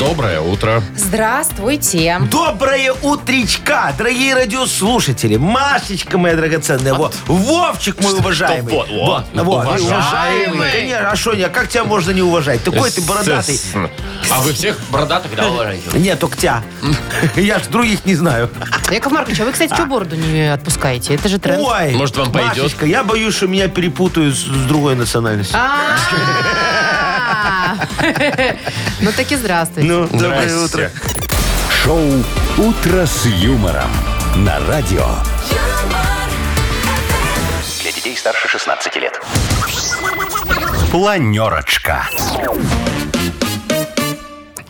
Доброе утро. Здравствуйте. Доброе утречка, дорогие радиослушатели. Машечка моя драгоценная. Вот. Вовчик мой уважаемый. вот, вот, вот, уважаемый. уважаемый. Конечно, а что, не, а как тебя можно не уважать? Такой ты бородатый. Естественно. А вы всех бородатых, да, уважаете? Нет, только тебя. Я ж других не знаю. Яков Маркович, а вы, кстати, что бороду не отпускаете? Это же тренд. Ой, Может, вам пойдет? Машечка, я боюсь, что меня перепутают с, с другой А, национальностью. А! А-а-а. Ну так и здравствуйте. Ну, доброе утро. Здрасте. Шоу «Утро с юмором» на радио. Для детей старше 16 лет. Планерочка.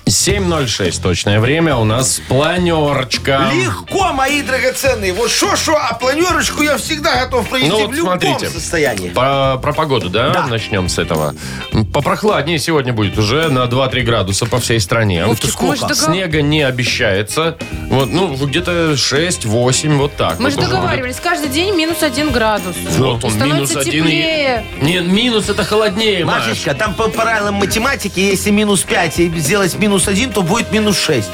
7.06 точное время. У нас планерочка. Легко, мои драгоценные. Вот шо-шо, а планерочку я всегда готов провести Ну вот в любом смотрите. состоянии. По- про погоду, да? Да. Начнем с этого. Попрохладнее сегодня будет уже на 2-3 градуса по всей стране. Вовчик, Сколько? мы же догов- Снега не обещается. Вот, ну, где-то 6-8, вот так. Мы вот ну, же уже будет. договаривались, каждый день минус один градус. Вот он, минус Становится один. и- теплее. Не, минус это холоднее, Маш. Машечка, там по правилам математики, если минус 5 и сделать минус 1, то будет минус 6.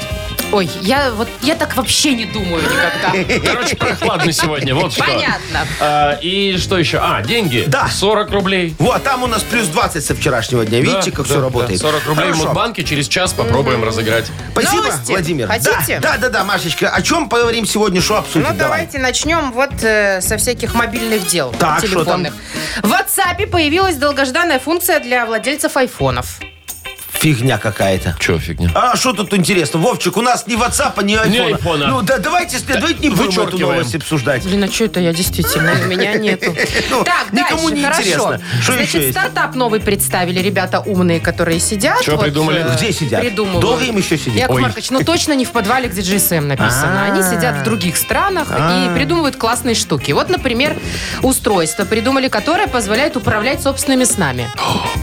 Ой, я вот я так вообще не думаю никогда. Короче, прохладно сегодня, вот что. Понятно. А, и что еще? А, деньги. Да. 40 рублей. Вот, там у нас плюс 20 со вчерашнего дня. Видите, Да, как да, все да. работает. 40 рублей в Хорошо. Мудбанке через час попробуем разыграть. Спасибо, Новости? Владимир. Хотите? Да, да, да, да, Машечка. О чем поговорим сегодня, что обсудим? Ну, давайте начнем вот э, со всяких мобильных дел Так, что телефонных. В WhatsApp появилась долгожданная функция для владельцев айфонов. Фигня какая-то. Че фигня? А что тут интересно? Вовчик, у нас ни ватсапа, ни айфона. айфона. Ну, да, давайте, след- давайте не будем эту вычеркиваем. новость обсуждать. Блин, а что это я действительно? У меня нету. Ну, Так, никому дальше, не хорошо. интересно. Что еще Значит, есть? стартап новый представили ребята умные, которые сидят. э, Чё придумали? Где сидят? Придумывают. Долго им еще сидеть? А. Яков Ой. Маркович, ну точно не в подвале, где GSM написано. Они сидят в других странах и придумывают классные штуки. Вот, например, устройство придумали, которое позволяет управлять собственными снами.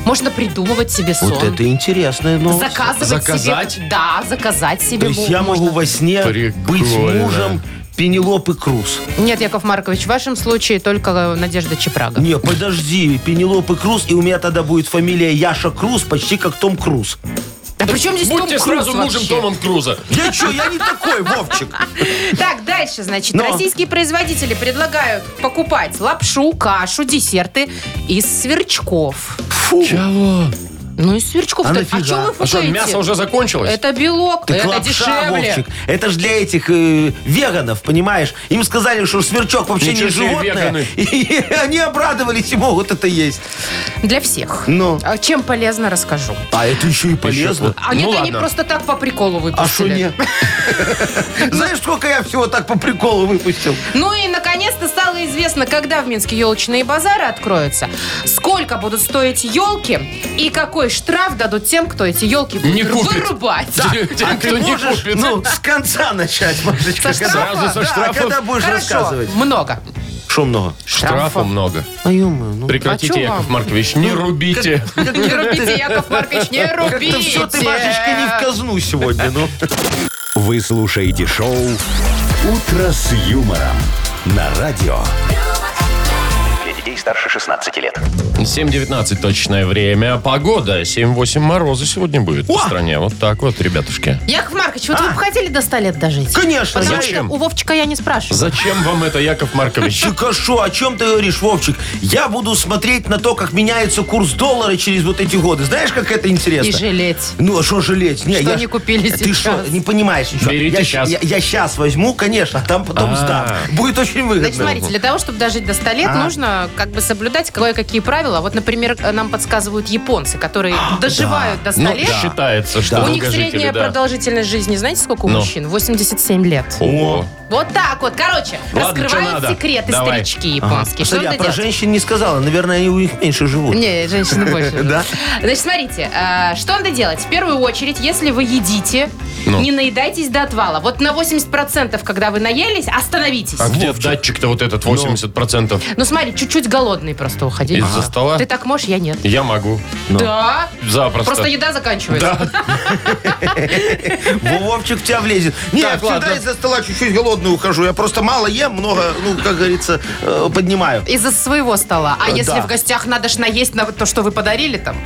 Можно придумывать себе сон. Вот это интересно. Ну, Заказывать Заказать? себе. Да, заказать себе. то есть я можно. могу во сне быть Прикольно. мужем Пенелопы Круз. Нет, Яков Маркович, в вашем случае только Надежда Чепрага. Не, подожди, Пенелопы Круз, и у меня тогда будет фамилия Яша Круз, почти как Том Круз. Да причем здесь Будьте Том Круз сразу мужем вообще? Томом Круза. А Я что, я не такой, Вовчик. Так, дальше, значит, Но. российские производители предлагают покупать лапшу, кашу, десерты из сверчков. Фу. Кого? Ну, из сверчков. А то нафига? а что вы А что, фукаете? мясо уже закончилось? Это белок, Так это лапша, Э, дешевле. Вовчик. Это же для этих э, веганов, понимаешь? Им сказали, что сверчок вообще Ничего не себе, животное. веганы. И они обрадовались и могут это есть. Для всех. Ну. А чем полезно, расскажу. А это еще и полезно. А Ну нет, они ладно. просто так по приколу выпустили. А что не? Знаешь, сколько я всего так по приколу выпустил? Ну и, наконец-то, стало известно, когда в Минске елочные базары откроются, сколько будут стоить елки и какой штраф дадут тем, кто эти елки будет Не купит. вырубать. Те, А кто ты не можешь купит. ну, с конца начать, Машечка. Со когда- штрафа? Сразу со Да, а штрафов? когда будешь Хорошо, рассказывать. много. Что много? Штрафа штрафов. много. А Ну, ё-моё, ну. а Прекратите, чё Яков вам? Маркович, не рубите. Не рубите, Яков Маркович, не рубите. Как-то все ты, Машечка, не в казну сегодня, ну. Вы слушаете шоу «Утро с юмором» на радио. Для детей старше 16 лет. 7.19 точное время. Погода. 7-8 мороза сегодня будет в О! стране. Вот так вот, ребятушки. Яков Маркович, вот вы бы хотели до 100 лет дожить? А. Конечно, Потому зачем? что у Вовчика я не спрашиваю. Зачем вам это, Яков Маркович? Ты кашо, а о чем ты говоришь, Вовчик? Я буду смотреть на то, как меняется курс доллара через вот эти годы. Знаешь, как это интересно? И жалеть. Ну, а что жалеть? Не, Что я не ж- купили Ты сейчас. что, не понимаешь ничего. Берите я, щас. Я, сейчас возьму, конечно, а там потом А. сдам. Будет очень Значит, выгодно. смотрите, для того, чтобы дожить до 100 лет, нужно как бы соблюдать кое-какие правила. Вот, например, нам подсказывают японцы, которые доживают до 100 Ну, лет. считается, что У них средняя долгожители, да. продолжительность жизни, знаете, сколько у Ну. мужчин? 87 лет. О, Вот так вот. Короче, Ладно, чё раскрывают надо? секреты Давай. а старички японские. Что Что я надо про делать? женщин не сказала. Наверное, они у них меньше живут. Не, женщины больше. Да? Значит, смотрите, э, что надо делать? В первую очередь, если вы едите, Ну. не наедайтесь до отвала. Вот на 80%, когда вы наелись, остановитесь. а где датчик-то вот этот 80%? Ну, смотри, чуть-чуть чуть голодный просто уходить. Из-за Всё. стола? Ну. Ты так можешь, я нет. Я могу. Да. Запросто. Просто еда заканчивается. Во, Вовчик в тебя влезет. Нет, Так, всегда ладно. из-за стола чуть-чуть голодный ухожу. Я просто мало ем, много, ну, как говорится, э, поднимаю. Из-за своего стола. А Э, если да. в гостях надо ж наесть на то, что вы подарили там?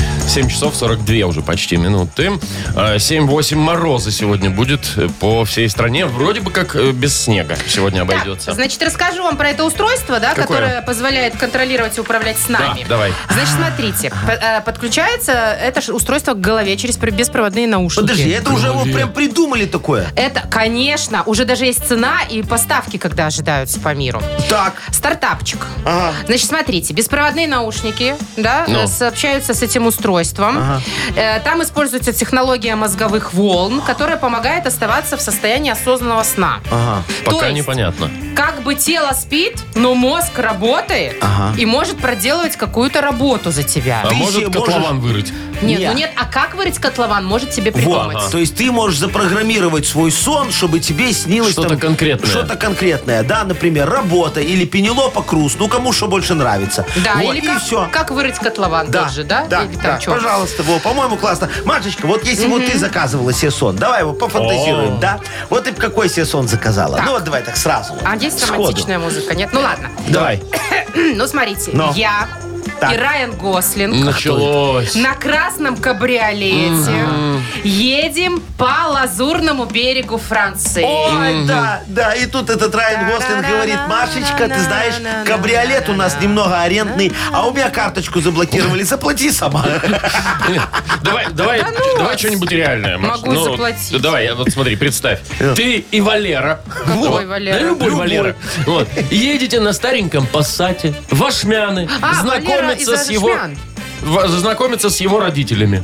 7 часов 42 уже почти минуты. Э, 7-8 мороза сегодня будет э, по всей стране. Вроде бы как э, без снега сегодня обойдется. Так, значит, расскажу вам про это устройство, да, Какое? которое позволяет контролировать и управлять с нами. Да, давай. Значит, смотрите, по- э, подключается это ж устройство к голове через при- беспроводные наушники. Подожди, это уже его прям придумали такое. Это, конечно, уже даже есть цена и поставки, когда ожидаются по миру. Так. Стартапчик. Ага. Значит, смотрите, беспроводные наушники, да, Ну. э, сообщаются с этим устройством. Э, Там используется технология мозговых волн, которая помогает оставаться в состоянии осознанного сна. Ага. То А. Пока есть- непонятно. Как бы тело спит, но мозг работает Ага. и может проделывать какую-то работу за тебя. А Ты может себе котлован вырыть? Нет, Нет. ну нет, а как вырыть котлован, может тебе придумать. Вот. То есть ты можешь запрограммировать свой сон, чтобы тебе снилось Что-то там конкретное. Что-то конкретное, да, например, работа или Пенелопа Круз, ну кому что больше нравится. Да, Вот, или и как, все. как вырыть котлован Да, тоже, да? да, Или там да. чё? пожалуйста, Вова, по-моему, классно. Машечка, вот если бы ты заказывала себе сон, давай его пофантазируем, О. да? Вот ты б какой себе сон заказала? Так. Ну вот давай так сразу. А есть сходу. романтичная музыка? Нет? Ну ладно. Давай. Ну смотрите, Но. я Так. и Райан Гослинг Началось. на красном кабриолете едем по лазурному берегу Франции. Ой, да, да, и тут этот Райан Гослинг говорит, Машечка, ты знаешь, кабриолет у нас немного арендный, а у меня карточку заблокировали, заплати сама. Давай, давай, ну давай вас. что-нибудь реальное. Маш. Ну, Могу заплатить. Давай, я вот смотри, представь. Ты и Валера. Какой Вот. Валера? Да любой, Любой. Валера. Вот. Едете на стареньком пассате в Ашмяны А, знакомиться Валера из с его... Ашмян. в- Знакомиться с его родителями.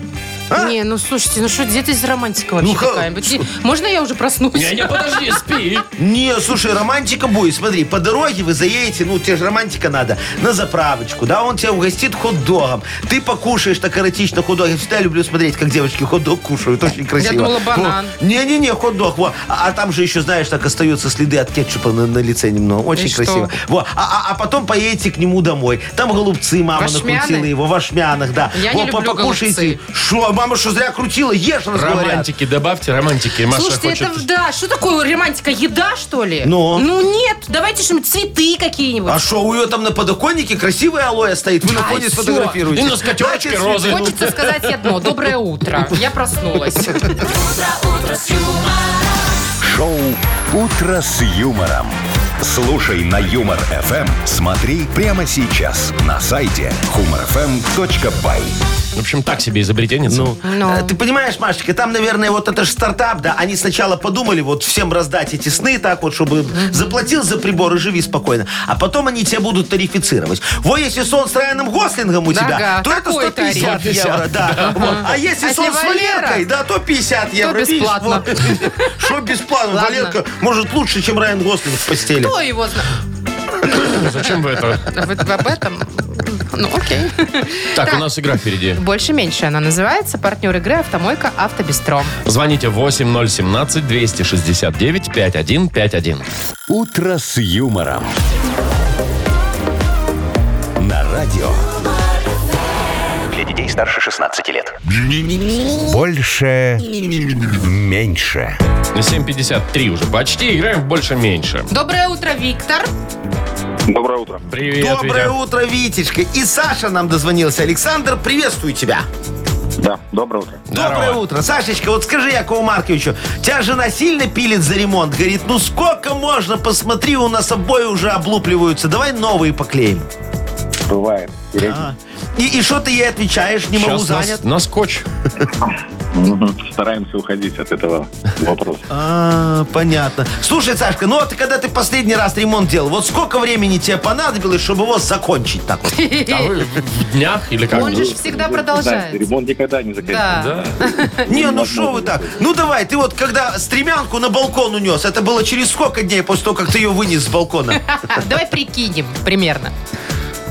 Не, ну слушайте, ну что, где ты из романтика вообще Ну, ха- какая-нибудь? Не- Можно я уже проснусь? Не, не, подожди, спи. Не, слушай, романтика будет. Смотри, по дороге вы заедете, ну, тебе же романтика надо, на заправочку, да, он тебя угостит хот-догом. Ты покушаешь так эротично хот-дог. Я всегда люблю смотреть, как девочки хот-дог кушают, очень красиво. думала, банан. Во. Не-не-не, хот-дог, во. А, а там же еще, знаешь, так остаются следы от кетчупа на, на лице немного. Очень И что? красиво. Во. А, а- а потом поедете к нему домой. Там голубцы мама Вашмяны? накрутила его, в ашмянах, да. Я не люблю голубцы. Что, мама, что зря крутила? Ешь, раз говорят. Романтики добавьте, романтики. Маша Слушайте, хочет... это да, что такое романтика? Еда, что ли? Ну? Ну нет, давайте что-нибудь цветы какие-нибудь. А что, у ее там на подоконнике красивая алоэ стоит. Вы на Да, входе и всё. сфотографируете. И на скатерочке Дайте розы. цветы. Хочется сказать одно. Доброе утро. Я проснулась. Шоу «Утро с юмором». Слушай на Юмор ФМ. Смотри прямо сейчас на сайте humorfm.by. В общем, так себе изобретенец. Ну, э, ты понимаешь, Машечка, там, наверное, вот это же стартап, да, они сначала подумали вот всем раздать эти сны так вот, чтобы заплатил за прибор и живи спокойно. А потом они тебя будут тарифицировать. Во, если сон с Райаном Гослингом у Да, тебя, ага. то это Такой 150 тариф. евро, да. Вот. А если А сон если с Валера, Валеркой, да, то 50 евро. видишь, бесплатно. вот. Что бесплатно? Ладно. Валерка может лучше, чем Райан Ну, Гослинг в постели. Кто его знает? Зачем вы А это? Вы об этом? Ну, окей. Так, у нас игра впереди. Больше-меньше она называется. Партнер игры «Автомойка Автобестро». Звоните 8017-269-5151. «Утро с юмором». На радио Для детей старше 16 лет. «Больше, меньше». 7.53 уже почти. Играем в больше-меньше. Доброе утро, Виктор. Доброе утро. Привет, Доброе Витя. утро, Витечка. И Саша нам дозвонился. Александр, приветствую тебя. Да, доброе утро. Доброе утро. Сашечка, вот скажи Якову Марковичу, тебя жена сильно пилит за ремонт? Говорит, ну сколько можно, посмотри, у нас обои уже облупливаются, давай новые поклеим. Бывает. А. И и что ты ей отвечаешь? Не могу Сейчас на, занят. с- на скотч. Стараемся уходить от этого вопроса. А, понятно. Слушай, Сашка, ну вот когда ты последний раз ремонт делал, вот сколько времени тебе понадобилось, чтобы его закончить так вот? А вы в- в днях или как? Он же ж всегда Знаете, продолжает. ремонт никогда не заканчивается. Да. Да. Не, ну что вы так? Ну давай, ты вот когда стремянку на балкон унес, это было через сколько дней после того, как ты ее вынес с балкона? Ха, Давай прикинем примерно.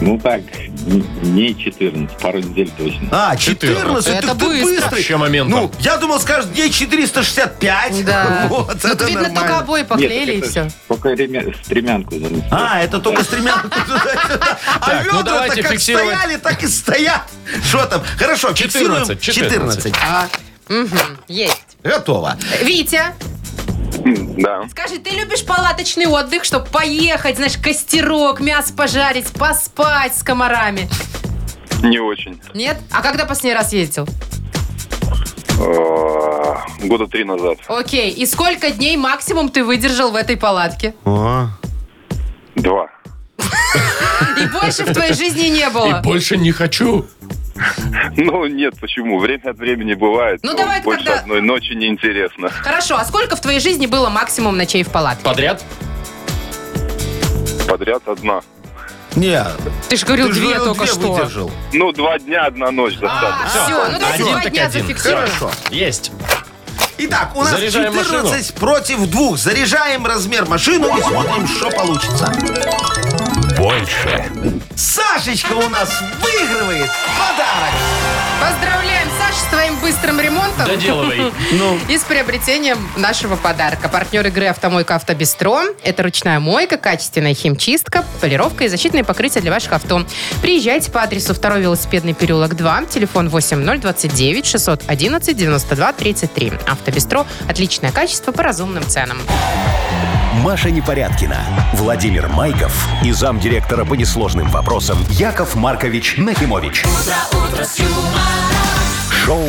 Ну так, не 14, пару недель точно. А, 14. 14, Это ты, ты быстро. быстрый. Вообще моментом. Ну, я думал, скажешь, дней 465. Да. Вот, Ну, это видно, нормально. только обои поклеили Нет, и так все. это Только ремя... стремянку занесли. А, это только стремянку туда-сюда. А Так, ну ведра-то давайте как фиксировать. стояли, так и стоят. Что там? Хорошо, 14, фиксируем. 14. 14. А, Есть. готово. Витя, Да. скажи, ты любишь палаточный отдых, чтобы поехать, знаешь, костерок, мясо пожарить, поспать с комарами? Не очень. Нет? А когда последний раз ездил? Э, Года три назад. Окей. И сколько дней максимум ты выдержал в этой палатке? Два. И больше в твоей жизни не И было. больше не хочу. Ну, нет, почему? Время от времени бывает. Ну, но давай Больше тогда- одной ночи неинтересно. Хорошо, а сколько в твоей жизни было максимум ночей в палатке? Подряд? Подряд одна. Не, Ты же говорил ты же две говорил, только две что. выдержал. Ну, два дня, одна ночь А, достаточно. все, ну давайте Один два так дня один. зафиксируем. Хорошо. Есть. Итак, у нас Заряжаем 14 против 2. Заряжаем размер машину и смотрим, что получится. Больше, Сашечка у нас выигрывает подарок. Поздравляем, Саша, с твоим быстрым ремонтом. Доделывай. И с приобретением нашего подарка. Партнер игры «Автомойка Автобестро» – это ручная мойка, качественная химчистка, полировка и защитные покрытия для ваших авто. Приезжайте по адресу 2 велосипедный переулок 2, телефон 8029 611 92 33. «Автобестро» – отличное качество по разумным ценам. Маша Непорядкина, Владимир Майков и замдиректора по несложным вопросам Яков Маркович Нахимович. Шоу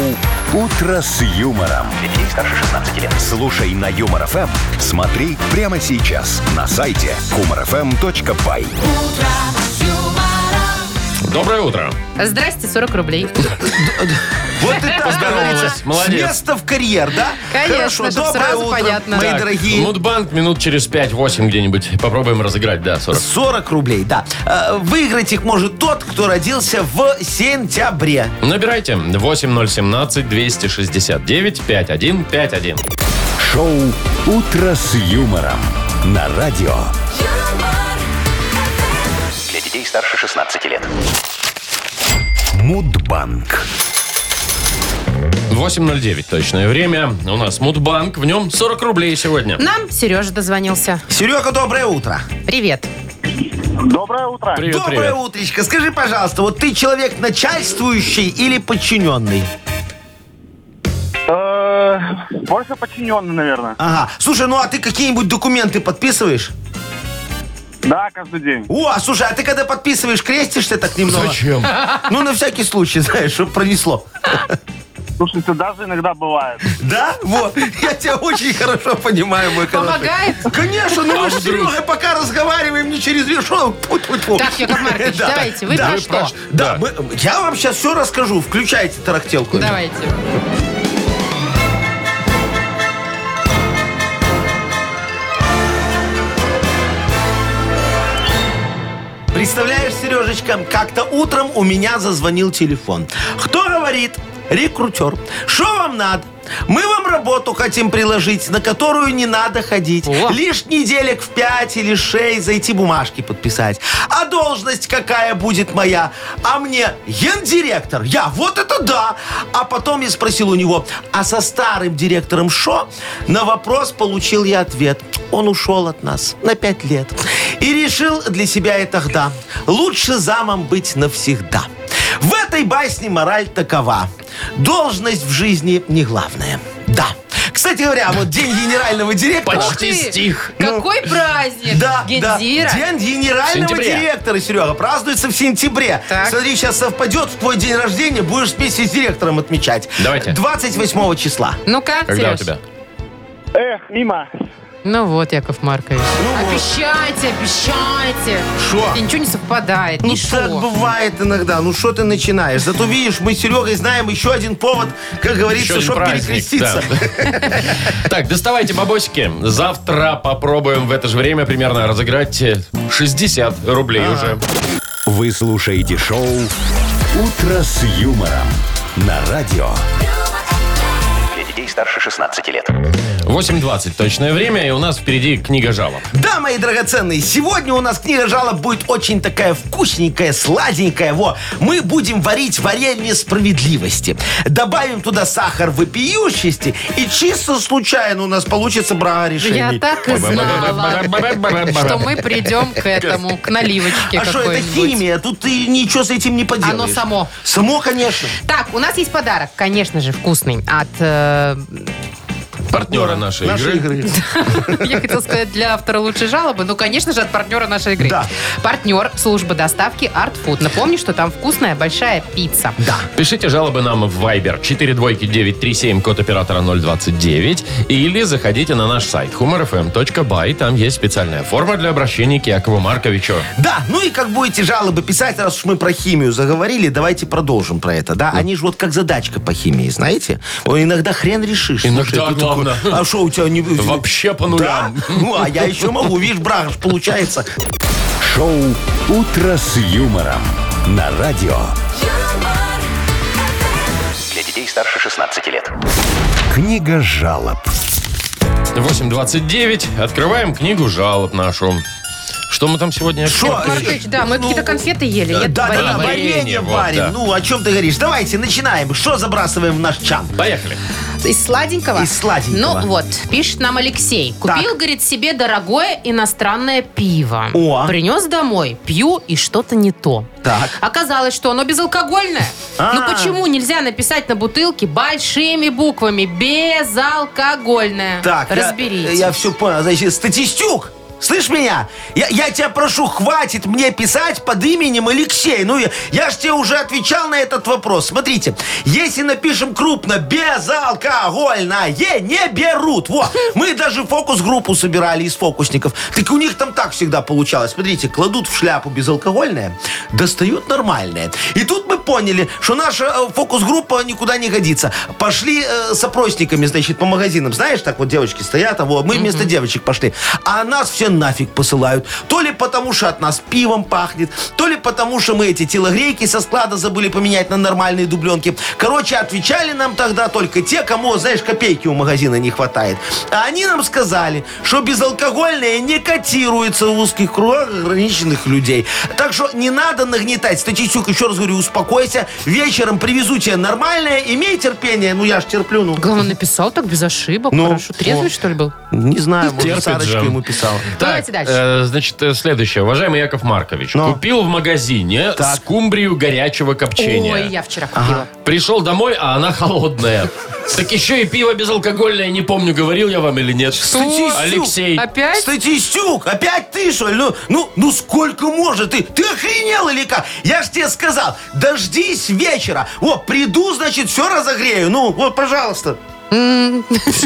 Утро с юмором. Для детей старше 16 лет. Слушай на Юмор ФМ. Смотри прямо сейчас на сайте humorfm.by. Доброе утро. Здрасте, 40 рублей. Вот и так, как Поздоровалась, говорится, с молодец. места в карьер, да? Конечно, Хорошо, чтоб доброе сразу утро, понятно. мои Так, Ну дорогие. Мудбанк минут через 5-8 где-нибудь. Попробуем разыграть, да, 40. 40 рублей, да. Э, Выиграть их может тот, кто родился в сентябре. Набирайте 8017-269-5151. Шоу Утро с юмором на радио. Для детей старше 16 лет. Мудбанк. 8.09 точное время. У нас Мудбанк. В нем 40 рублей сегодня. Нам Сережа дозвонился. Серега, доброе утро. Привет. Доброе утро. Привет, доброе привет. утречко. Скажи, пожалуйста, вот ты человек начальствующий или подчиненный? А. Э, Больше подчиненный, наверное. Ага. Слушай, ну а ты какие-нибудь документы подписываешь? Да, каждый день. О, слушай, а ты когда подписываешь, крестишься так немного? Зачем? Ну, на всякий случай, знаешь, чтобы пронесло. Слушайте, даже иногда бывает. Да? Вот. Я тебя очень хорошо понимаю, мой хороший. Помогает? Конечно, ну мы же с вдруг? Серегой пока разговариваем не через решетку. Так, Яков Маркович, давайте, вы про что? Да, мы- я вам сейчас все расскажу. Включайте тарахтелку. Давайте. Представляешь, Сережечка, как-то утром у меня зазвонил телефон. Кто говорит рекрутер, что вам надо? Мы вам работу хотим приложить, на которую не надо ходить. О. Лишь неделек в 5 или 6 зайти бумажки подписать. А должность какая будет моя? А мне гендиректор. Я, вот это да. А потом я спросил у него, а со старым директором шо? На вопрос получил я ответ. Он ушел от нас на 5 лет. И решил для себя и тогда, лучше замом быть навсегда. В этой басне мораль такова. Должность в жизни не главное. Да. Кстати говоря, вот день генерального директора... Почти. стих. Какой праздник! Ну, Да, да. Гендира. День генерального Сентября. директора, Серега, празднуется в сентябре. Так. Смотри, сейчас совпадет в твой день рождения, будешь вместе с директором отмечать. Давайте. 28 числа. Ну-ка, Когда у Серёж. тебя? Эх, мимо. Ну вот, Яков Маркович. вот. обещайте, обещайте. Шо? И ничего не совпадает. Ну, ничего. так бывает иногда. Ну, что ты начинаешь? Зато видишь, мы с Серегой знаем еще один повод, как говорится, один чтобы праздник, перекреститься. да. Так, доставайте бабосики. Завтра попробуем в это же время примерно разыграть э, 60 рублей А. уже. Вы слушаете шоу «Утро с юмором» на радио. Для детей старше 16 лет. 8.20 точное время, и у нас впереди книга жалоб. Да, мои драгоценные, сегодня у нас книга жалоб будет очень такая вкусненькая, сладенькая. Во, мы будем варить варенье справедливости. Добавим туда сахар вопиющести, и чисто случайно у нас получится бра решение. Я так и знала, что мы придем к этому, к наливочке А что, это какой-нибудь. химия? Тут ты ничего с этим не поделаешь. Оно само. Само, конечно. Так, у нас есть подарок, конечно же, вкусный. От, э, Партнера нашей Наши игры. игры. я хотела сказать, для автора лучшей жалобы, ну, конечно же, от партнера нашей игры. Да. Партнер служба доставки Art Food. Напомни, что там вкусная большая пицца. Да. Пишите жалобы нам в Viber 42937, код оператора 029, или заходите на наш сайт humorfm.by, там есть специальная форма для обращения к Якову Марковичу. Да, ну и как будете жалобы писать, раз уж мы про химию заговорили, давайте продолжим про это, да? Они же вот как задачка по химии, знаете? Ой, иногда хрен решишь. Иногда, ты главное. такой, а что у тебя не... Вообще по Да? нулям. Ну, а я еще могу, видишь, брак ж получается. Шоу «Утро с юмором» на радио. юмор, Для детей старше 16 лет. Книга жалоб. 8.29, открываем книгу жалоб нашу. Что мы там сегодня? Шо? Ну, Яков Маркович, да, мы какие-то конфеты ели. Да, нет, да, варенье. Варенье, варенье вот, да. варим. Ну, о чем ты говоришь? Давайте, начинаем. Что забрасываем в наш чан? Поехали. Из сладенького? Из сладенького. Ну вот, пишет нам Алексей. Купил, Так. говорит, себе дорогое иностранное пиво. О. Принес домой, пью и что-то не то. Так. Оказалось, что оно безалкогольное. А. Ну почему нельзя написать на бутылке большими буквами «безалкогольное»? Так, я- Разберитесь. Я, все понял. Значит, статистюк! Слышь меня? Я, я тебя прошу, хватит мне писать под именем Алексей. Ну, я, я же тебе уже отвечал на этот вопрос. Смотрите, если напишем крупно «безалкогольное», не берут. Вот, мы даже фокус-группу собирали из фокусников. Так у них там так всегда получалось. Смотрите, кладут в шляпу безалкогольное, достают нормальное. И тут мы поняли, что наша э, фокус-группа никуда не годится. Пошли э, с опросниками, значит, по магазинам. Знаешь, так вот девочки стоят, а вот мы вместо девочек пошли. А нас все нафиг посылают. То ли потому, что от нас пивом пахнет, то ли потому, что мы эти телогрейки со склада забыли поменять на нормальные дубленки. Короче, отвечали нам тогда только те, кому, знаешь, копейки у магазина не хватает. А они нам сказали, что безалкогольное не котируется в узких кругах ограниченных людей. Так что не надо нагнетать. Статистюк, еще раз говорю, успокойся. Вечером привезу тебе нормальное, имей терпение. Ну, я ж терплю, ну. Главное, написал так без ошибок. Ну, Хорошо. Трезвый, о. что ли, был? Не знаю, может, Терпит Сарочка же. ему писала. Давайте дальше. э, значит, э, следующее. Уважаемый Яков Маркович, Ну. купил в магазине Так. скумбрию горячего копчения. Ой, я вчера купила. Пришел домой, а она холодная. Так еще и пиво безалкогольное, не помню, говорил я вам или нет. Статистюк. Алексей. Опять? Статистюк, опять ты, что ли? Ну, ну, ну сколько может? Ты, ты охренел или как? Я ж тебе сказал, дождись вечера. Вот, приду, значит, все разогрею. Ну, вот, пожалуйста.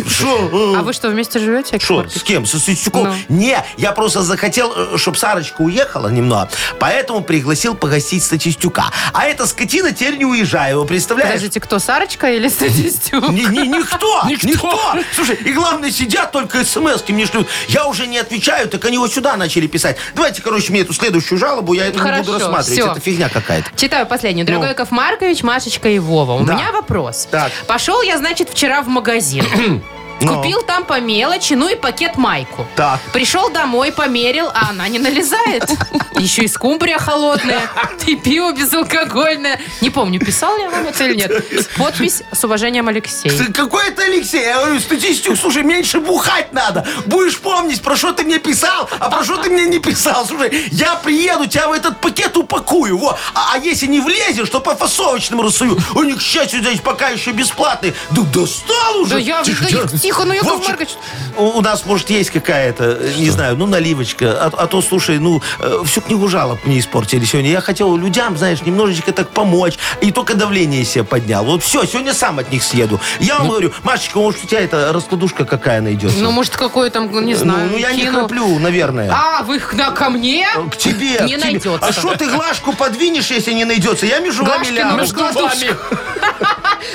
Шо? А вы что, вместе живете? Яков Что, Маркович? с кем? Со Сысюком? Ну. Не, я просто захотел, чтобы Сарочка уехала немного, поэтому пригласил погостить Статистюка. А эта скотина теперь не уезжает, представляешь? Подождите, кто, Сарочка или статистюк? Ни- ни- никто, Никто. никто, Слушай, и главное, сидят только смс мне шлют. Я уже не отвечаю, так они вот сюда начали писать. Давайте, короче, мне эту следующую жалобу, я это не Хорошо, буду рассматривать. всё. Это фигня какая-то. Читаю последнюю. Дорогой Ну. Яков Маркович, Машечка и Вова. У Да. меня вопрос. Так. Пошел я, значит, вчера в магазин. Ну. Купил там по мелочи, ну и пакет майку. Так. Пришел домой, померил, а она не налезает. Еще и скумбрия холодная, и пиво безалкогольное. Не помню, писал я вам это или нет. Подпись с уважением Алексей. Ты Какой это Алексей? Я говорю, статистику, слушай, меньше бухать надо. Будешь помнить, про что ты мне писал, а про что ты мне не писал. Слушай, я приеду, тебя в этот пакет упакую. Во. А, а если не влезешь, то по фасовочному рассую. У них, к счастью, здесь пока еще бесплатный. Да достал уже. Да я- да я- тихо, ну, Яков Маркович. У, у нас, может, есть какая-то, э, не знаю, ну, наливочка. А, а то, слушай, ну, э, всю книгу жалоб мне испортили сегодня. Я хотел людям, знаешь, немножечко так помочь. И только давление себе поднял. Вот все, сегодня сам от них съеду. Я вам говорю, Машечка, может, у тебя эта раскладушка какая найдется? Ну, может, какое там, ну, не Ну, знаю, ну, я не кину. храплю, Ну. наверное. А, вы к- на- ко мне? К тебе. к Не тебе. найдется. А что ты Глашку подвинешь, если не найдется? Я между вами Глашкину лягу. между Вами.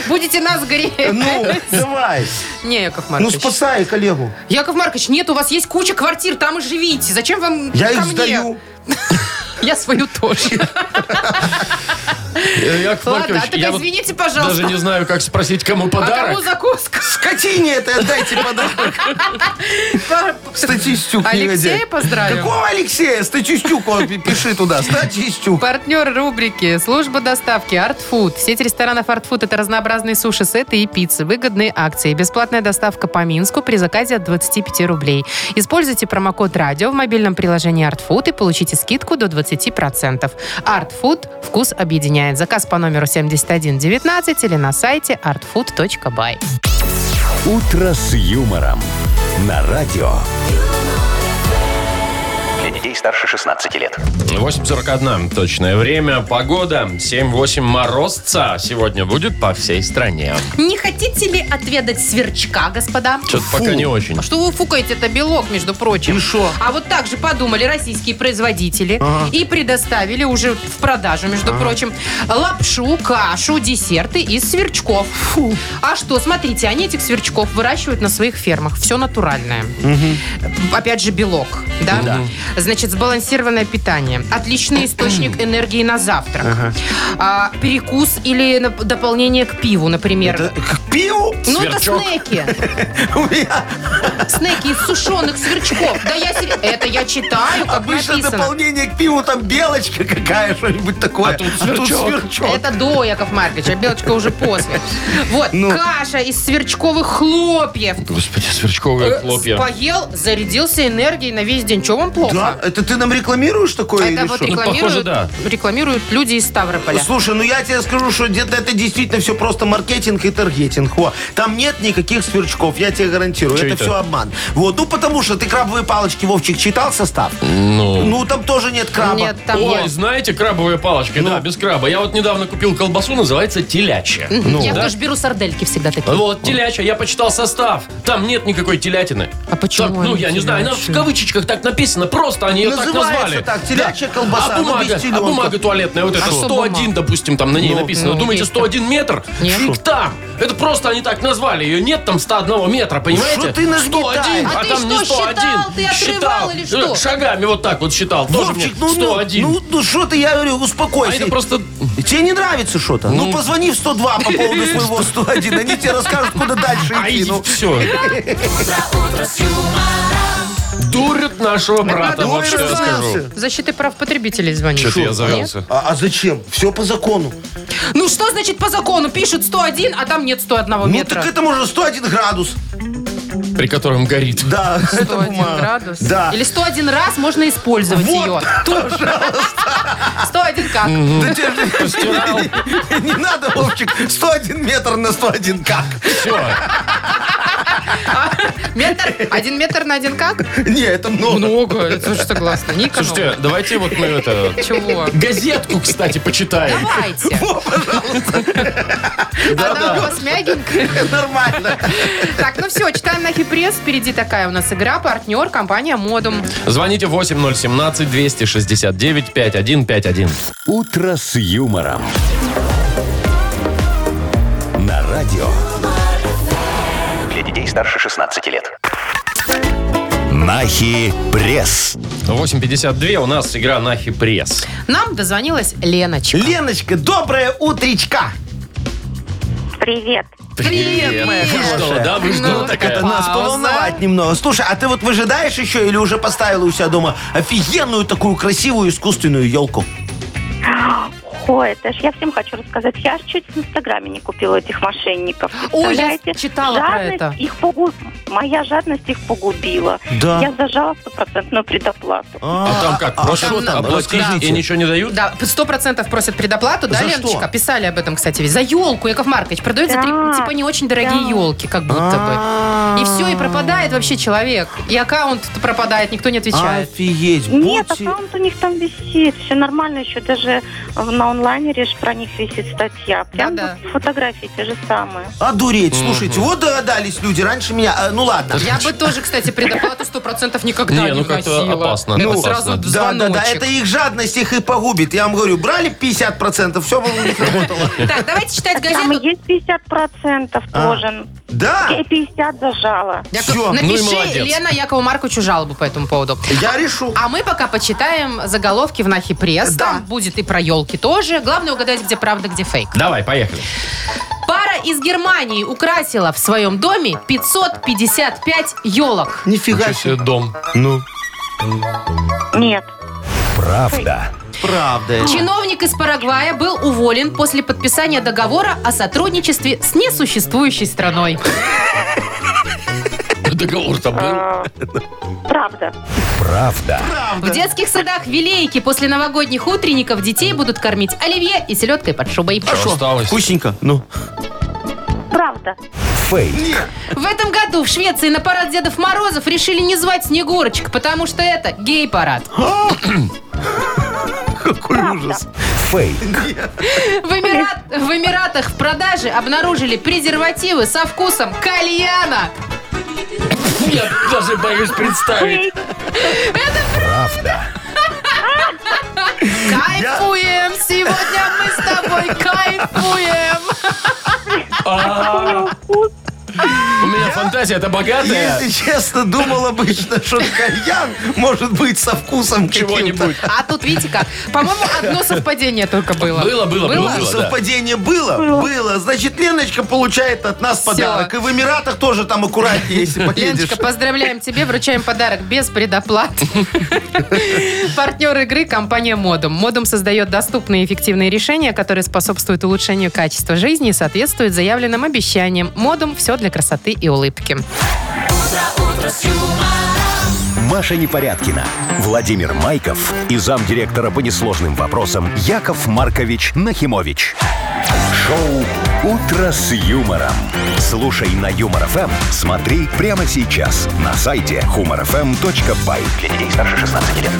Будете нас греть. Ну, давай. Не, Яков Ну, Маркович. спасай коллегу. Яков Маркович, нет, у вас есть куча квартир, там и живите. Зачем вам Я ко их мне? сдаю. Я свою тоже. А Э, Яков Ладно, Маркович, а так я вот извините, даже не пожалуйста. знаю, как спросить, кому А кому подарок. закуска? Скотине это отдайте подарок. Статистюк негодяй. Алексея поздравим. Какого Алексея? Статистюку он пи- пиши туда. Статистюк. Партнер рубрики «Служба доставки» Art Food. Сеть ресторанов Art Food – это разнообразные суши, сеты и пиццы, выгодные акции, бесплатная доставка по Минску при заказе от 25 рублей. Используйте промокод «Радио» в мобильном приложении Art Food и получите скидку до 20%. Art Food – вкус объединяет. Заказ по номеру 7119 или на сайте artfood.by. «Утро с юмором» на радио. Для детей старше 16 лет. 8.41 точное время. Погода 7-8 морозца сегодня будет по всей стране. Не хотите ли отведать сверчка, господа? Что-то пока не очень. А Что вы фукаете? Это белок, между прочим. И шо? А вот так же подумали российские производители и предоставили уже в продажу, между прочим, лапшу, кашу, десерты из сверчков. А что, смотрите, они этих сверчков выращивают на своих фермах. Все натуральное. Опять же, белок, да? Значит, сбалансированное питание. Отличный источник энергии на завтрак. А, перекус или нап- дополнение к пиву, например. Это К пиву? Ну, это Сверчок. снеки. У меня Снеки из сушеных сверчков. Да я себе... Это я читаю, как обычно написано. дополнение к пиву там белочка какая, что-нибудь А такое. тут сверчок. Это до, Яков Маркович, а белочка уже после. Вот, Ну. каша из сверчковых хлопьев. Господи, Э, сверчковые хлопья. Поел, зарядился энергией на весь день. Чего вам Да, плохо? А это ты нам рекламируешь такое Это или вот что? реклама. Ну, похоже, рекламируют, да. рекламируют люди из Ставрополя. Слушай, ну я тебе скажу, что где-то это действительно все просто маркетинг и таргетинг. Во. Там нет никаких сверчков, я тебе гарантирую. Чё это, это? все обман. Вот, ну потому что ты крабовые палочки, Вовчик, читал состав? Ну. Ну там тоже нет краба. Нет, там Ой, нет. Ну. знаете, крабовые палочки, да, без краба. Я вот недавно купил колбасу, называется телячья. Ну, я да? тоже беру сардельки всегда такие. Вот, телячья, я почитал состав. Там нет никакой телятины. А почему Там, ну, они я не знаю, она в телячья? кавычечках так написано, просто они ее так Называется назвали. так, телячья колбаса, А ну, бумага, без а теленка. бумага туалетная, вот эта, А что 101, бумага? допустим, там на ней Ну, написано. ну, Вы Думаете, есть 101 метр? Нет. Фиг там. Это просто они так назвали. Ее нет там 101 метра, понимаете? Ну, Что ты нагнетаешь? 101, а, А ты там не что, 101. считал? Ты отрывал или что? Э, Шагами вот так вот считал. Тоже Вовчик, мне ну, ну, 101. ну, ну, что ты, я говорю, а успокойся. это просто... Тебе не нравится что-то? Ну, позвони в 102 по поводу своего 101. Они тебе расскажут, куда дальше Ай, идти. Ну, все. Дурят нашего брата, надо вот что я развелся. скажу. Защиты прав потребителей звонит. Что-то я Нет? завелся. а, а зачем? Все по закону. Ну что значит по закону? Пишут 101, а там нет 101 Ну, метра. так это может 101 градус. При котором горит. Да, это 101 бумага. градус. Да. Или 101 раз можно использовать Вот, ее. Тоже. 101 как? Да тебе же Постирал. не надо, Вовчик, 101 метр на 101 как? Все. Метр? Один метр на один как? Не, это Ну. много. Много. Это же согласно. Не экономь. Слушайте, давайте вот мы это... Чего? Газетку, кстати, почитаем. Давайте. Во, пожалуйста. Она у вас мягенькая. Нормально. Так, ну все, читаем на пресс. Впереди такая у нас игра. Партнер, компания Модум. Звоните 8017-269-5151. «Утро с юмором». На радио. Для детей старше 16 лет. Нахи пресс. 8.52 у нас игра на пресс. Нам дозвонилась Леночка. Леночка, доброе утречка. Привет. Привет, моя Вы что, хорошая. да? Вы что Ну, такая? Это Э, нас Пауза. поволновать немного. Слушай, а ты вот выжидаешь еще или уже поставила у себя дома офигенную такую красивую искусственную елку? Ой, это ж я всем хочу рассказать. Я ж чуть в Инстаграме не купила этих мошенников. Ой, я Представляете? читала про жадность это. Их погуб... Моя жадность их погубила. Да. Я зажала стопроцентную предоплату. А там как? Просто что там? оплатить Расскажите. и ничего не дают? Да, сто процентов просят предоплату, да, За Леночка? что? Писали об этом, кстати, ведь. За елку, Яков Маркович. Продают за три, Да, типа, не очень дорогие да. елки, как будто бы. И все, и пропадает вообще человек. И аккаунт пропадает, никто не отвечает. Офигеть. Нет, а будьте- аккаунт у них там висит. Все нормально. Еще даже в- на онлайнере ж про них висит статья. Прям Да-да. вот фотографии те же самые. Одуреть, слушайте, вот догадались люди раньше меня. А, Ну ладно. Я бы тоже, кстати, предоплату сто процентов никогда Не, не ну как-то вносила. опасно, Это опасно. сразу Да, да, да, звоночек. это их жадность их и погубит. Я вам говорю, брали 50%, все бы у них работало. Так, давайте читать Там и газету. есть 50% тоже. Да, Я и 50 зажала. Яков, Всё. Ну и напиши, молодец. Лена, Якову Марковичу жалобу по этому поводу. я решу. А мы пока почитаем заголовки в Нахи Пресс. Да. Там будет и про елки тоже. Главное угадать, где правда, где фейк. Давай, поехали. Пара из Германии украсила в своем доме 555 елок. Нифига Ничего себе дом. Нет. Правда. правда. это. Чиновник из Парагвая был уволен после подписания договора о сотрудничестве с несуществующей страной. Договор-то был. А, Правда. Правда. В детских садах Вилейки после новогодних утренников детей будут кормить оливье и селедкой под шубой. А Что осталось? Вкусненько. Ну. Правда. Фейк. В этом году в Швеции на парад Дедов Морозов решили не звать Снегурочек, потому что это гей-парад. Какой ужас. Фейк. В, Эмират- в Эмиратах в продаже обнаружили презервативы со вкусом кальяна. Ну, Я даже боюсь представить. Правда. Кайфуем! Сегодня мы с тобой кайфуем! У меня фантазия-то богатая. Если честно, думал обычно, что кальян может быть со вкусом каким-то. Чего-нибудь. А тут, видите как, по-моему, одно совпадение только было. Было, было, было, Ну, было. да. Совпадение было? Было. Значит, Леночка получает от нас Всё. подарок. И в Эмиратах тоже там аккуратнее, если поедешь. Леночка, поздравляем тебе, вручаем подарок без предоплат. Партнер игры – компания «Модум». «Модум» создает доступные и эффективные решения, которые способствуют улучшению качества жизни и соответствуют заявленным обещаниям. «Модум» – все для красоты и улыбки. Маша Непорядкина, Владимир Майков и замдиректора по несложным вопросам Яков Маркович Нахимович. Шоу «Утро с юмором». Слушай на Юмор ФМ, смотри прямо сейчас на сайте humorfm.by. Для детей старше 16 лет.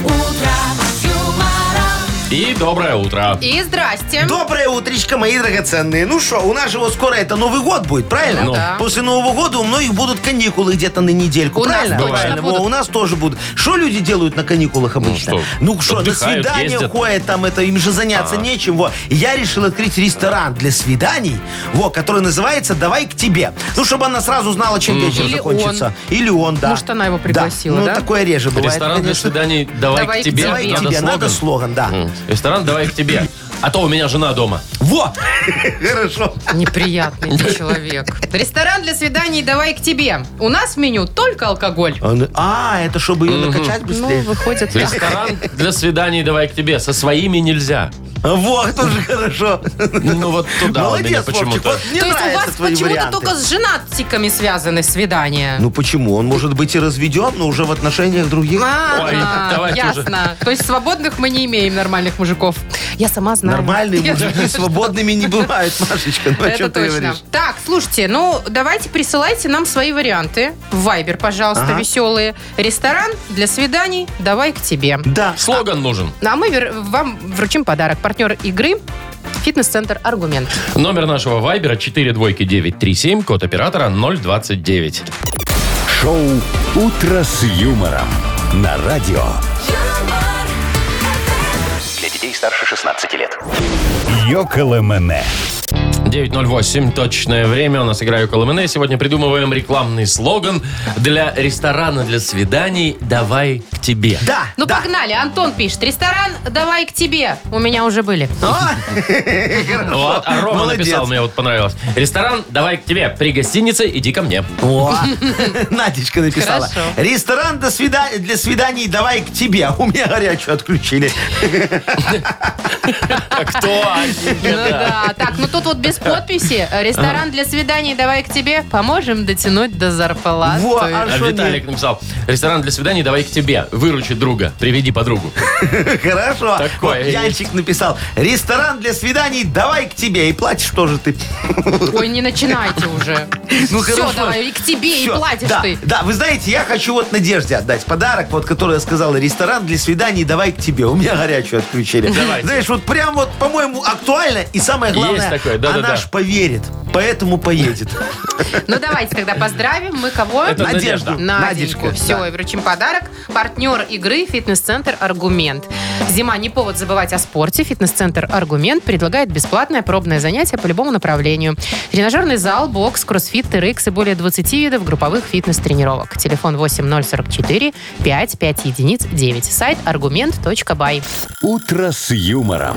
И доброе утро. И здрасте. Доброе утречко, мои драгоценные. Ну что, у нас же вот скоро это Новый год будет, правильно? Ну да. После Нового года у многих будут каникулы где-то на недельку, У нас правильно? точно Правильно. будут. Во, У нас тоже будут. Что люди делают на каникулах обычно? что, Ну что, на отдыхают, свидание ездят. А. ходят, там это им же заняться нечем. Во. И Я решил открыть ресторан для свиданий, во, который называется «Давай к тебе». Ну, чтобы она сразу знала, чем вечер Или закончится. Или он, да. Может, она его пригласила, да? Ну, такое реже бывает. Ресторан для конечно. свиданий «Давай, Давай к тебе». к «Давай к Надо тебе». Надо слоган. слоган, да. М. Ресторан «Давай к тебе». А то у меня жена дома. Во! Хорошо. Неприятный ты человек. Ресторан для свиданий «Давай к тебе». У нас в меню только алкоголь. Он- А, это чтобы ее накачать Ну, быстрее. выходит, да. Ресторан для свиданий «Давай к тебе». Со своими нельзя. А, Вот, тоже хорошо. Ну вот туда у меня Молодец, Вовчик, почему-то. вот мне То есть у вас нравятся твои почему-то варианты. только с женатиками связаны свидания. Ну почему? Он может быть и разведен, но уже в отношениях других. А, Ой, давайте ясно. То есть свободных мы не имеем нормальных мужиков. Я сама знаю. Нормальные Я мужики знаю, свободными не бывают, Машечка. Ну о Это чем ты точно. говоришь? Так, слушайте, ну давайте присылайте нам свои варианты. В Вайбер, пожалуйста, Ага. веселые. Ресторан для свиданий «Давай к тебе». Да. Слоган нужен. Ну, а мы вер- вам вручим подарок. Партнер игры Фитнес-центр «Аргумент». Номер нашего вайбера 42937, код оператора 029. Шоу «Утро с юмором» на радио. юмор, Для детей старше 16 лет. Йоколэмэне. 9.08, точное время. У нас игра Коломене. Сегодня придумываем рекламный слоган для ресторана для свиданий «Давай к тебе». Да, Ну, да. погнали. Антон пишет. Ресторан «Давай к тебе». У меня уже были. ну, Вот, а Рома Молодец. написал, мне вот понравилось. Ресторан «Давай к тебе». При гостинице «Иди ко мне». О, Надечка написала. Хорошо. Ресторан до свида- для свиданий давай к тебе. У меня горячую отключили. А Кто? Ну да. Так, ну тут вот без подписи. Ресторан для свиданий «Давай к тебе». Поможем дотянуть до зарплаты. Во, а А шо Виталик написал, ресторан для свиданий «Давай к тебе». Выручи друга, приведи подругу. не? Хорошо. Такое Вот Янчик написал. Ресторан для свиданий давай к тебе. И платишь тоже ты. Ой, не начинайте уже. Ну, Все, хорошо. давай, и к тебе, и Всё, платишь да, ты. Да, вы знаете, я хочу вот Надежде отдать подарок, вот который я сказала, ресторан для свиданий, давай к тебе. У меня горячую отключили. Давайте. Знаешь, вот прям вот, по-моему, актуально. И самое главное, Есть такое, да-да-да. она ж поверит, поэтому поедет. Ну, давайте тогда поздравим. Мы кого? Это Надежду. Наденьку. Надечка, Все, да. и вручим подарок. Партнер игры «Фитнес-центр Аргумент». Зима не повод забывать о спорте. «Фитнес-центр Аргумент» предлагает бесплатное пробное занятие по любому направлению. Тренажерный зал, бокс, кроссфит, TRX и более 20 видов групповых фитнес-тренировок. Телефон 8044 55 единиц 9. Сайт argument.by. «Утро с юмором».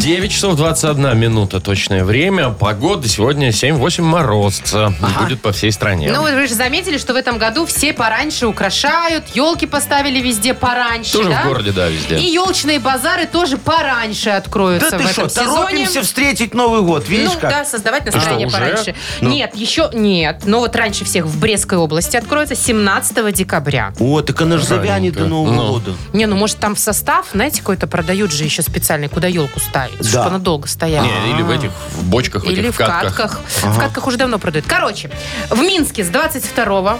9 часов 21 минута точное время. Погода сегодня 7-8 морозца. Будет по всей стране. Ну, вы же заметили, что в этом году все пораньше украшают, елки поставили везде пораньше, Тоже да? в городе, да, везде. И елочные базары тоже пораньше откроются Да в ты этом что, сезоне. торопимся встретить Новый год, видишь ну как? да, создавать настроение что, уже? Ну. пораньше. Нет, еще нет. Но вот раньше всех в Брестской области откроется 17 декабря. О, так она же завянет до Раненько. Нового Ну. года. Не, ну может там в состав, знаете, какой-то продают же еще специальный, куда елку ставить, Да. чтобы она долго стояла. Не, или в этих в бочках, в Или этих в катках. катках. В катках уже давно продают. Короче, в Минске с 22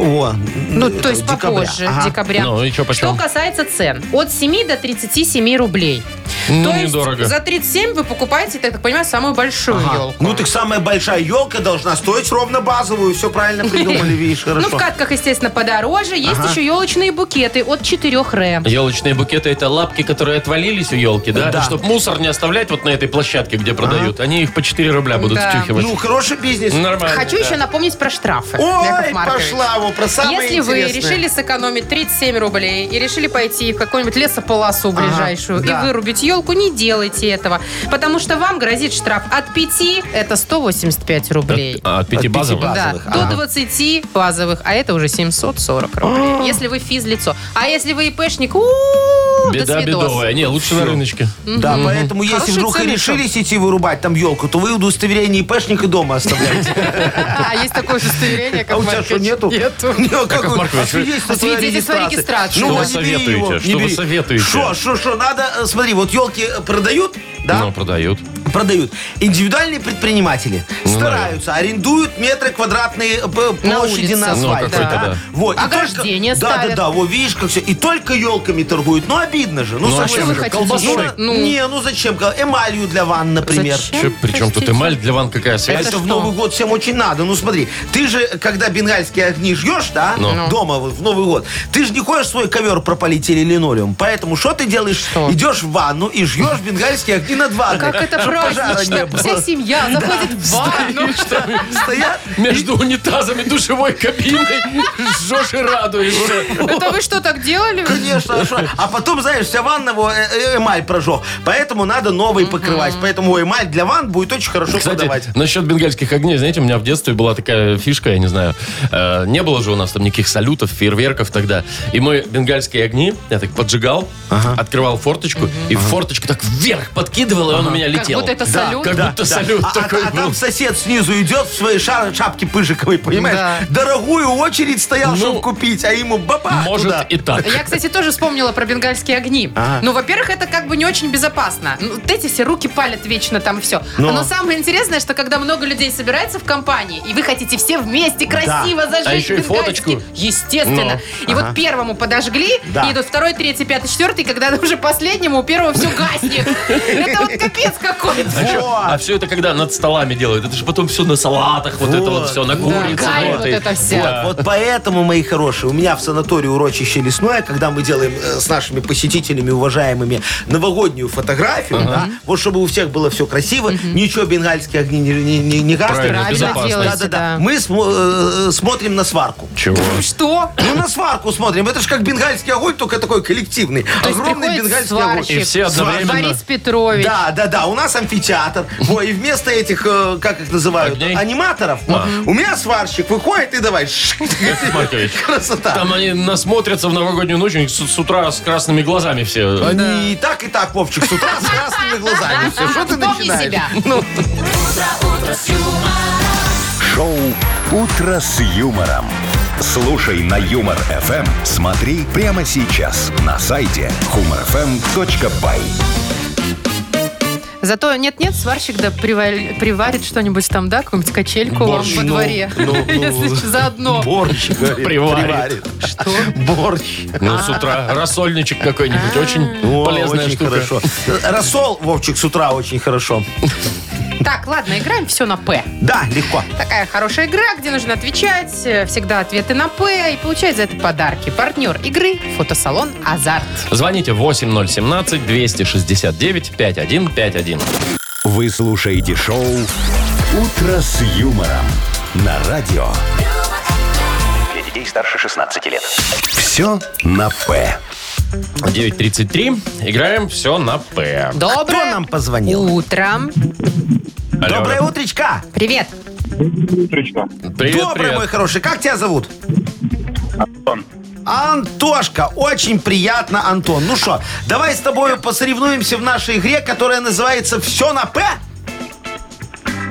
О, Ну, это то есть декабря. попозже, Ага. декабря. Э, Ну, и чё, почем? Что касается цен, от 7 до 37 рублей. Ну, то есть недорого. за 37 вы покупаете, так, так понимаю, самую большую Ага. елку. Ну, так самая большая елка должна стоить ровно базовую. Все правильно придумали, видишь, Ну, хорошо. в катках, естественно, подороже. Есть еще елочные букеты от 4 ре. Елочные букеты это лапки, которые отвалились у елки, да? Да. Чтобы мусор не оставлять вот на этой площадке, где продают. Они их по 4 рубля будут Да. втюхивать. Ну, хороший бизнес. Нормально. Хочу да. еще напомнить про штрафы. Ой, Яков Маркович. пошла его про самое Если вы интересное. решили сэкономить 37 рублей и решили пойти в какую-нибудь лесополосу ближайшую да. и вырубить елку, не делайте этого. Потому что вам грозит штраф от 5, это 185 рублей. А, От От пяти пяти базовых? баз. Да, базовых, до ага. 20 базовых, а это уже 740 рублей. Если вы физлицо. А если вы ИПшник, у Ну, до Беда свидос. бедовая. Не, лучше на рыночке. Да, поэтому если Хорошие вдруг и цены, решились идти вырубать там елку, то вы удостоверение ИПшника дома оставляете. А есть такое удостоверение, как А у тебя что, нету? Нету. Ну, а как Яков вы- Маркович, вы- Освидетельство твоей Освидетельство регистрации. Ну, Что вы не бери советуете? его, не Что вы бери. советуете? Что, что, что, надо, э, смотри, вот елки продают, да? Ну, продают. продают. Индивидуальные предприниматели Ну, стараются, арендуют метры квадратные э, п- На площади улице. на, Ну, асфальте. какой-то, да. да. Вот, и Ограждение только- Да, ставят. да, да, вот видишь, как все. И только елками торгуют. Ну, обидно же. Ну, Ну, а согласен чем вы же, хотите? колбасой. Ну, ну. Не, ну зачем? Кол- Эмалью для ванн, например. Зачем? Че, причем тут Простите. эмаль для ван какая Это, связь? Это в что? Новый год всем очень надо. Ну смотри, ты же, когда бенгальские огни жьешь, да, Ну. дома вот в Новый год, ты же не хочешь свой ковер пропалить или линолеум. Поэтому что ты делаешь? Что? Идешь в ванну и жьешь бенгальские огни над ванной. Как это чтоб пожара не празднично. было. Вся семья заходит в ванну. Стоят Между унитазами, душевой кабиной жжешь и радуешься. Это вы что, так делали? Конечно, а шо? а потом, знаешь, вся ванна его э, э, эмаль прожег. Поэтому надо новый покрывать. Поэтому эмаль для ванн будет очень хорошо продавать. Кстати, насчет бенгальских огней, знаете, у меня в детстве была такая фишка, я не знаю, э, не было же у нас там никаких салютов, фейерверков тогда. И мы бенгальские огни, я так поджигал, открывал форточку, и форточку так вверх подкидывал, и он у меня Как летел. будто будто это Да, салют. как да, будто да. салют А- а- такой а, был. там сосед снизу идет в своей шар- шапке пыжиковой, понимаешь? Да. Дорогую очередь стоял, Ну, чтобы купить, а ему баба Может туда. и так. Я, кстати, тоже вспомнила про бенгальские огни. Ага. Ну, во-первых, это как бы не очень безопасно. Ну, Вот эти все руки палят вечно там и все. Но. Но самое интересное, что когда много людей собирается в компании, и вы хотите все вместе красиво зажечь А еще и бенгальский- фоточку. Естественно. И вот первому подожгли, Да. и идут второй, третий, пятый, четвертый, и когда уже последнему, у первого все гаснет. Это вот капец А, какой-то. чё- а все это когда над столами делают? Это же потом все на салатах, вот, это вот все, на курице. Галь на вот этой. это вся. Да. Вот поэтому, мои хорошие, у меня в санатории урочище лесное, когда мы делаем э, с нашими посетителями, уважаемыми, новогоднюю фотографию, да, вот чтобы у всех было все красиво, ничего бенгальские огни не, не, не- не гаснут. Правильно, Правильно безопасно. делаете, да. Мы смо- э, смотрим на сварку. Чего? Что? Ну, на сварку смотрим. Это же как бенгальский огонь, только такой коллективный. То есть Огромный приходит бенгальский сварщик, огонь. И все одновременно. Борис Петрович. да, да, да. У нас амфитеатр. Во, и вместо этих, э, как их называют, Огней? аниматоров, у меня сварщик выходит и давай. шш, Яков Маркович, Красота. Там они насмотрятся в новогоднюю ночь, у них с, с утра с красными глазами все. Они и так, и так, Вовчик, с утра с красными глазами. Все, что ты Вспомни начинаешь? себя. Ну, Шоу «Утро с юмором». Слушай на Юмор ФМ. Смотри прямо сейчас на сайте humorfm.by. Зато нет-нет, сварщик да приваль- приварит что-нибудь там, да, какую-нибудь качельку вам Борщ, во ну, дворе. Если ч- заодно. борщ, говорит, Приварит. приварит. Борщ. Ну, с утра рассольничек какой-нибудь. Очень А. О, полезная очень штука. хорошо. Рассол, Вовчик, с утра очень хорошо. Так, ладно, играем все на П. Да, легко. Такая хорошая игра, где нужно отвечать. э, Всегда ответы на П. И получать за это подарки. Партнер игры фотосалон «Азарт». Звоните 8017-269-5151. Вы слушаете шоу «Утро с юмором» на радио. Для детей старше 16 лет. Все на «П». 9.33. Играем все на П. Кто Доброе нам позвонил? утро. Алло. Доброе утречка. Привет. Утречка. Привет, Доброе, привет. мой хороший. Как тебя зовут? Антошка, очень приятно, Антон. Ну что, давай с тобой посоревнуемся в нашей игре, которая называется «Все на П».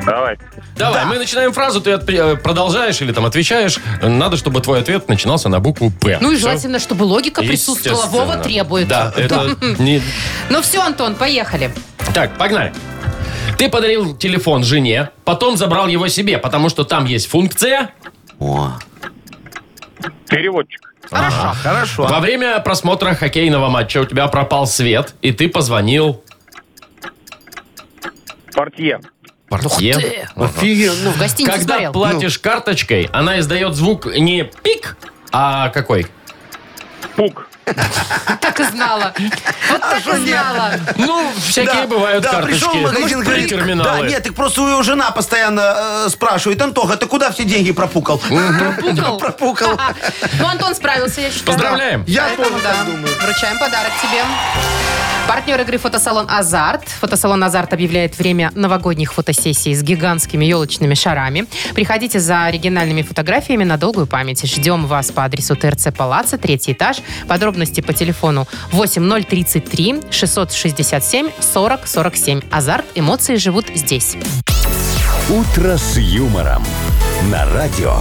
Давай. Давай, мы начинаем фразу, ты отпри- э, продолжаешь или там отвечаешь. Надо, чтобы твой ответ начинался на букву П. Ну и Всё? желательно, чтобы логика присутствовала. Естественно. Вова требует. Да, это не... Ну все, Антон, поехали. Так, погнали. Ты подарил телефон жене, потом забрал его себе, потому что там есть функция. Переводчик. Хорошо. Хорошо. А. Во время просмотра хоккейного матча у тебя пропал свет, и ты позвонил Портье. портье. Ну, в гостинице Когда сгорел. Ну. платишь карточкой, она издает звук не пик, а какой? Пук. Так и знала. Вот так и знала. Ну, всякие бывают да, пришел в карточки магазин, при говорит, да, терминалы. нет, так просто его жена постоянно э, спрашивает, Антоха, ты куда все деньги пропукал? Пропукал. Пропукал. Ну, Антон справился, я считаю. Поздравляем. Я Поэтому, тоже да, так думаю. Вручаем подарок тебе. Партнер игры «Фотосалон Азарт». «Фотосалон Азарт» объявляет время новогодних фотосессий с гигантскими елочными шарами. Приходите за оригинальными фотографиями на долгую память. Ждем вас по адресу ТРЦ Палаца, третий этаж. Подробности по телефону 8033 667 40 47. «Азарт» – эмоции живут здесь. «Утро с юмором» на радио.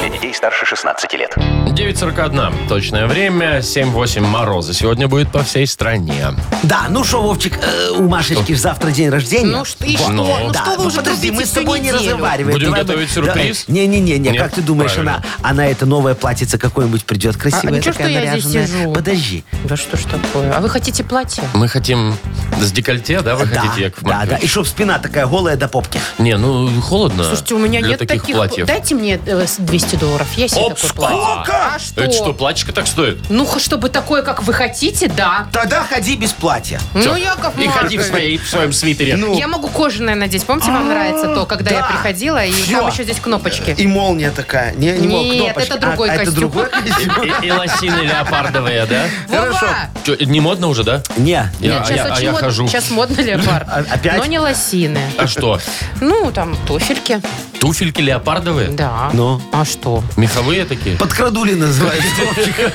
Для детей старше 16 лет. 9.41. Точное время. 7-8 мороза. Сегодня будет по всей стране. Да, ну что, Вовчик, э, у Машечки ж завтра день рождения. Ну что, и Вот. что? Ну Да, что вы ну уже подожди, трубите мы с всю тобой не неделю? разговариваем. Будем Давай готовить мы- сюрприз? Да, Не-не-не, Нет, как ты думаешь, она, правильно. она это новое платьице какое-нибудь придет красивое, А, ничего, такая что я здесь наряженная. сижу? Подожди. Да что ж такое? А вы хотите платье? Мы хотим с декольте, да, вы Да, хотите, Яков да, да. Маркович? И чтоб спина такая голая до попки. Не, ну холодно. Слушайте, у меня для нет таких, таких... платьев. Дайте мне э, с 200 долларов, я себе такое Опс, платье. а, А что? Это что, платьишко так стоит? Ну, х- чтобы такое, как вы хотите, да. Тогда ходи без платья. Ну, Яков И ходи в, Ну. Маркович. своей, в своем свитере. Я могу кожаное надеть. Помните, А, вам нравится то, когда я да. приходила, и Всё. там еще здесь кнопочки. И молния такая. Не, не мол- Нет, кнопочки. это другой а, а костюм. Это другой костюм. И, и лосины леопардовые, да? хорошо. Вова! Чё, не модно уже, да? Не. Я- Нет, а сейчас я- а очень я модно. хожу. Сейчас модно леопард. А- опять? Но не лосины. А что? Ну, там, туфельки. Туфельки леопардовые? Да. Ну? А что? Меховые такие? Подкрадули называют.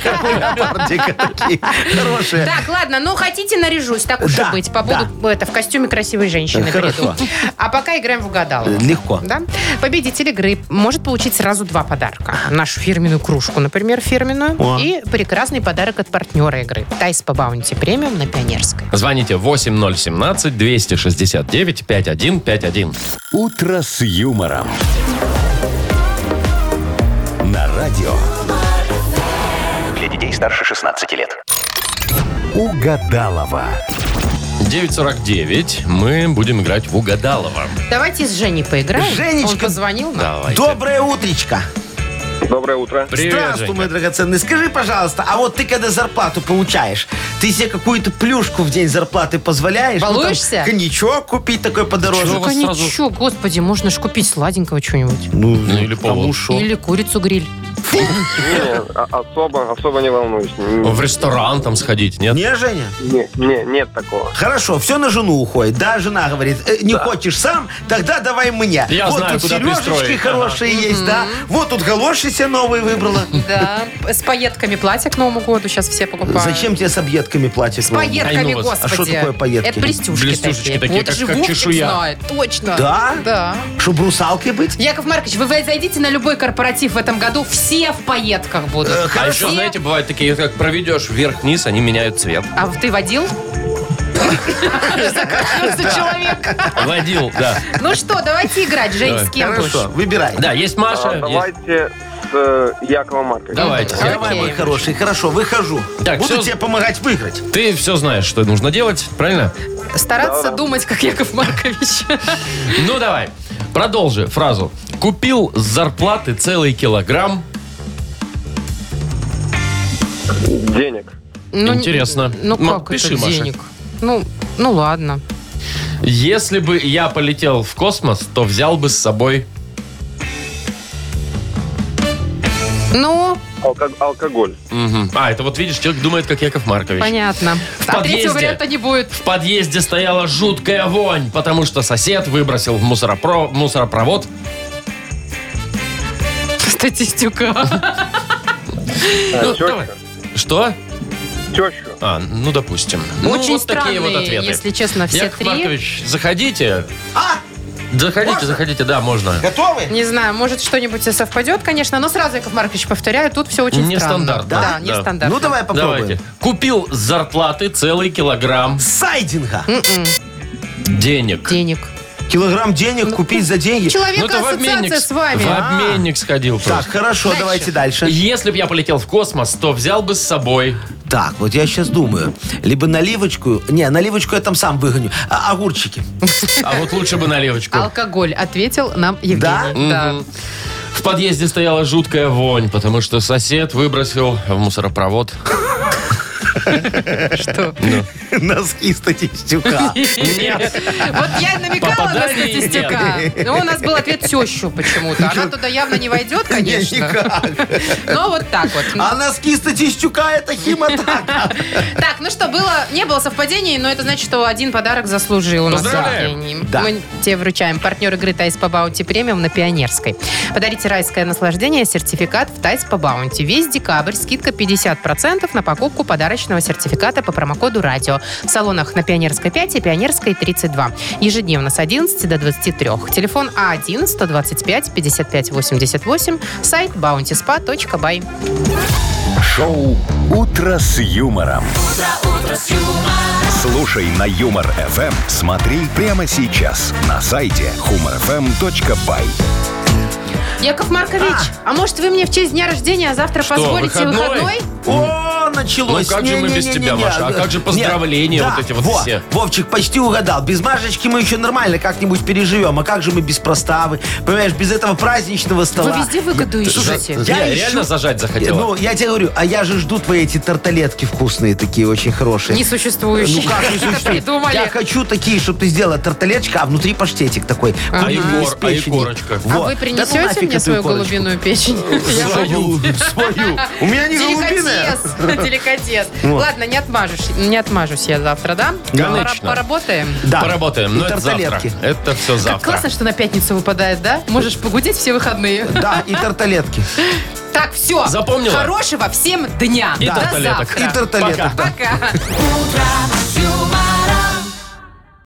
Как у леопардика такие. Хорошие. Так, ладно, ну хотите наряжусь, так уж Да, и быть. Побуду это, в костюме красивой женщины. Хорошо. приду. А пока играем в угадалово. Легко. Да? Победитель игры может получить сразу два подарка. Нашу фирменную кружку, например, фирменную. О. И прекрасный подарок от партнера игры. Тайс по баунти премиум на Пионерской. Звоните 8017-269-5151. «Утро с юмором». На радио Для детей старше 16 лет. «Угадалова». 949. Мы будем играть в угадалово. Давайте с Женей поиграем. Женечка. Он позвонил нам. Давайте. Доброе утречко. Доброе утро. Привет, Здравствуй, Женька. мой драгоценный. Скажи, пожалуйста, а вот ты когда зарплату получаешь, ты себе какую-то плюшку в день зарплаты позволяешь? Ну, там, Балуешься? коньячок купить такой подороже. Чего? у Только вас ничего, сразу- господи, можно ж купить сладенького чего-нибудь. Ну или повод. Или курицу гриль. Не, а- особо, особо не волнуюсь. В ресторан там сходить, нет? Не, Женя? Не, не, нет такого. Хорошо, все на жену уходит. Да, жена говорит, «Э, не хочешь сам, тогда давай мне. Я вот знаю, тут куда сережечки пристроить. хорошие есть, да. Вот тут галоши себе новые выбрала. Да, с пайетками платья к Новому году сейчас все покупают. Зачем тебе с объедками платье? С к Новому пайетками, Ай, ну вас. господи. А что такое пайетки? Это блестюшки, Блестюшечки такие, Вот как- же как Вовчик чешуя. знает, точно. Да? Да. году? Чтоб русалкой быть? Яков Маркович, вы зайдите на любой корпоратив в этом году, все в пайетках будут. А еще, знаете, бывают такие, как проведешь вверх-вниз, они меняют цвет. А ты водил? Закашлялся человек. Водил, да. Ну что, давайте играть, Жень, с кем будешь? Хорошо, выбирай. Да, есть А, Маша. есть- давайте с э, Яковом Марковичем. Давайте. Давай, Яков Давай, мой Окей. хороший, хорошо, выхожу. Так, Буду всё- тебе помогать выиграть. Ты все знаешь, что нужно делать, правильно? Стараться думать, как Яков Маркович. Ну, давай. Продолжи фразу. Купил с зарплаты целый килограмм. Денег. Ну, Интересно. Ну Ну, как пиши, это Маша. денег? Ну, ну ладно. Если бы я полетел в космос, то взял бы с собой... Ну, Алко- алкоголь. Мгм. А, это вот видишь, человек думает, как Яков Маркович. понятно. В А третьего подъезде. варианта не будет. В подъезде стояла жуткая вонь, потому что сосед выбросил в мусоропро- мусоропровод Статистика. Ну, тещу. давай. Что? Тещу. А, ну, допустим. Очень ну, вот такие вот странные, ответы. если честно, все Яков три. Маркович, заходите. А, Заходите, Можно? заходите, да, можно. готовы? Не знаю, может, что-нибудь и совпадет, конечно, но сразу, Яков Маркович, повторяю, тут все очень странно. Нестандартно. Да, Да. нестандартно. Ну, давай попробуем. Давайте. Купил с зарплаты целый килограмм Сайдинга. М-м, денег. денег. Килограмм Ну, денег купить за деньги. Человека Ну, то в ассоциация обменник, с вами. в А. обменник сходил Так, просто. хорошо, Дальше. давайте дальше. Если бы я полетел в космос, то взял бы с собой. Так, вот я сейчас думаю. Либо наливочку... Не, наливочку я там сам выгоню. А, огурчики. А вот лучше бы наливочку. Алкоголь, ответил нам Евгений. Да? Мгм. В подъезде стояла жуткая вонь, потому что сосед выбросил в мусоропровод. Что? Носки статистюка. Нет. Вот я намекала на Попадание нет. статистика. Ну, у нас был ответ тещу почему-то. Она туда явно не войдет, Не, конечно. никак. Но вот так вот. А носки статистюка это химотака. Так, ну что, было, не было совпадений, но это значит, что один подарок заслужил у нас Поздравляем. Евгений. Да. Мы тебе вручаем партнер игры Тайс по Баунти премиум на Пионерской. Подарите райское наслаждение, сертификат в Тайс по Баунти. Весь декабрь скидка 50% на покупку подарочного сертификата по промокоду РАДИО. В салонах на Пионерской 5 и Пионерской 32. Ежедневно с 11 до 23. Телефон А1-125-55-88, сайт bountyspa.by. Шоу «Утро с юмором». Слушай на Юмор ФМ. Смотри прямо сейчас на сайте humorfm.by. Яков Маркович, а, может вы мне в честь дня рождения а завтра позволите выходной? выходной? О, началось. Ну, как же мы Не-не-не-не-не. без тебя, Маша? А как же поздравления Нет, вот да, эти вот во, все? Вовчик, почти угадал. Без Машечки мы еще нормально как-нибудь переживем. А как же мы без проставы? Понимаешь, без этого праздничного стола. Вы везде выгоду ищете. я Я ищу- реально зажать захотела. Ну, я тебе говорю, а я же жду твои эти тарталетки вкусные такие, очень хорошие. Несуществующие. Ну как не Это придумали. Я хочу такие, чтобы ты сделала тарталеточка, а внутри паштетик такой. А и Выпечка из гор- а и печени. корочка? А Вот. вы Да принесете ну нафиг мне эту свою корочку. голубиную печень? Свою, свою. У меня не голубиная. Деликатес. деликатес. Ладно, не отмажусь, не отмажусь я завтра, да? Конечно. Пора- Поработаем. Да. Поработаем. И Но это завтра. тарталетки. Это все Как завтра. классно, что на пятницу выпадает, да? Можешь погудеть все выходные. Да, и тарталетки. Так, все. Запомнила? Хорошего всем дня. И До тарталеток. завтра. И тарталеток. Пока. да. Пока.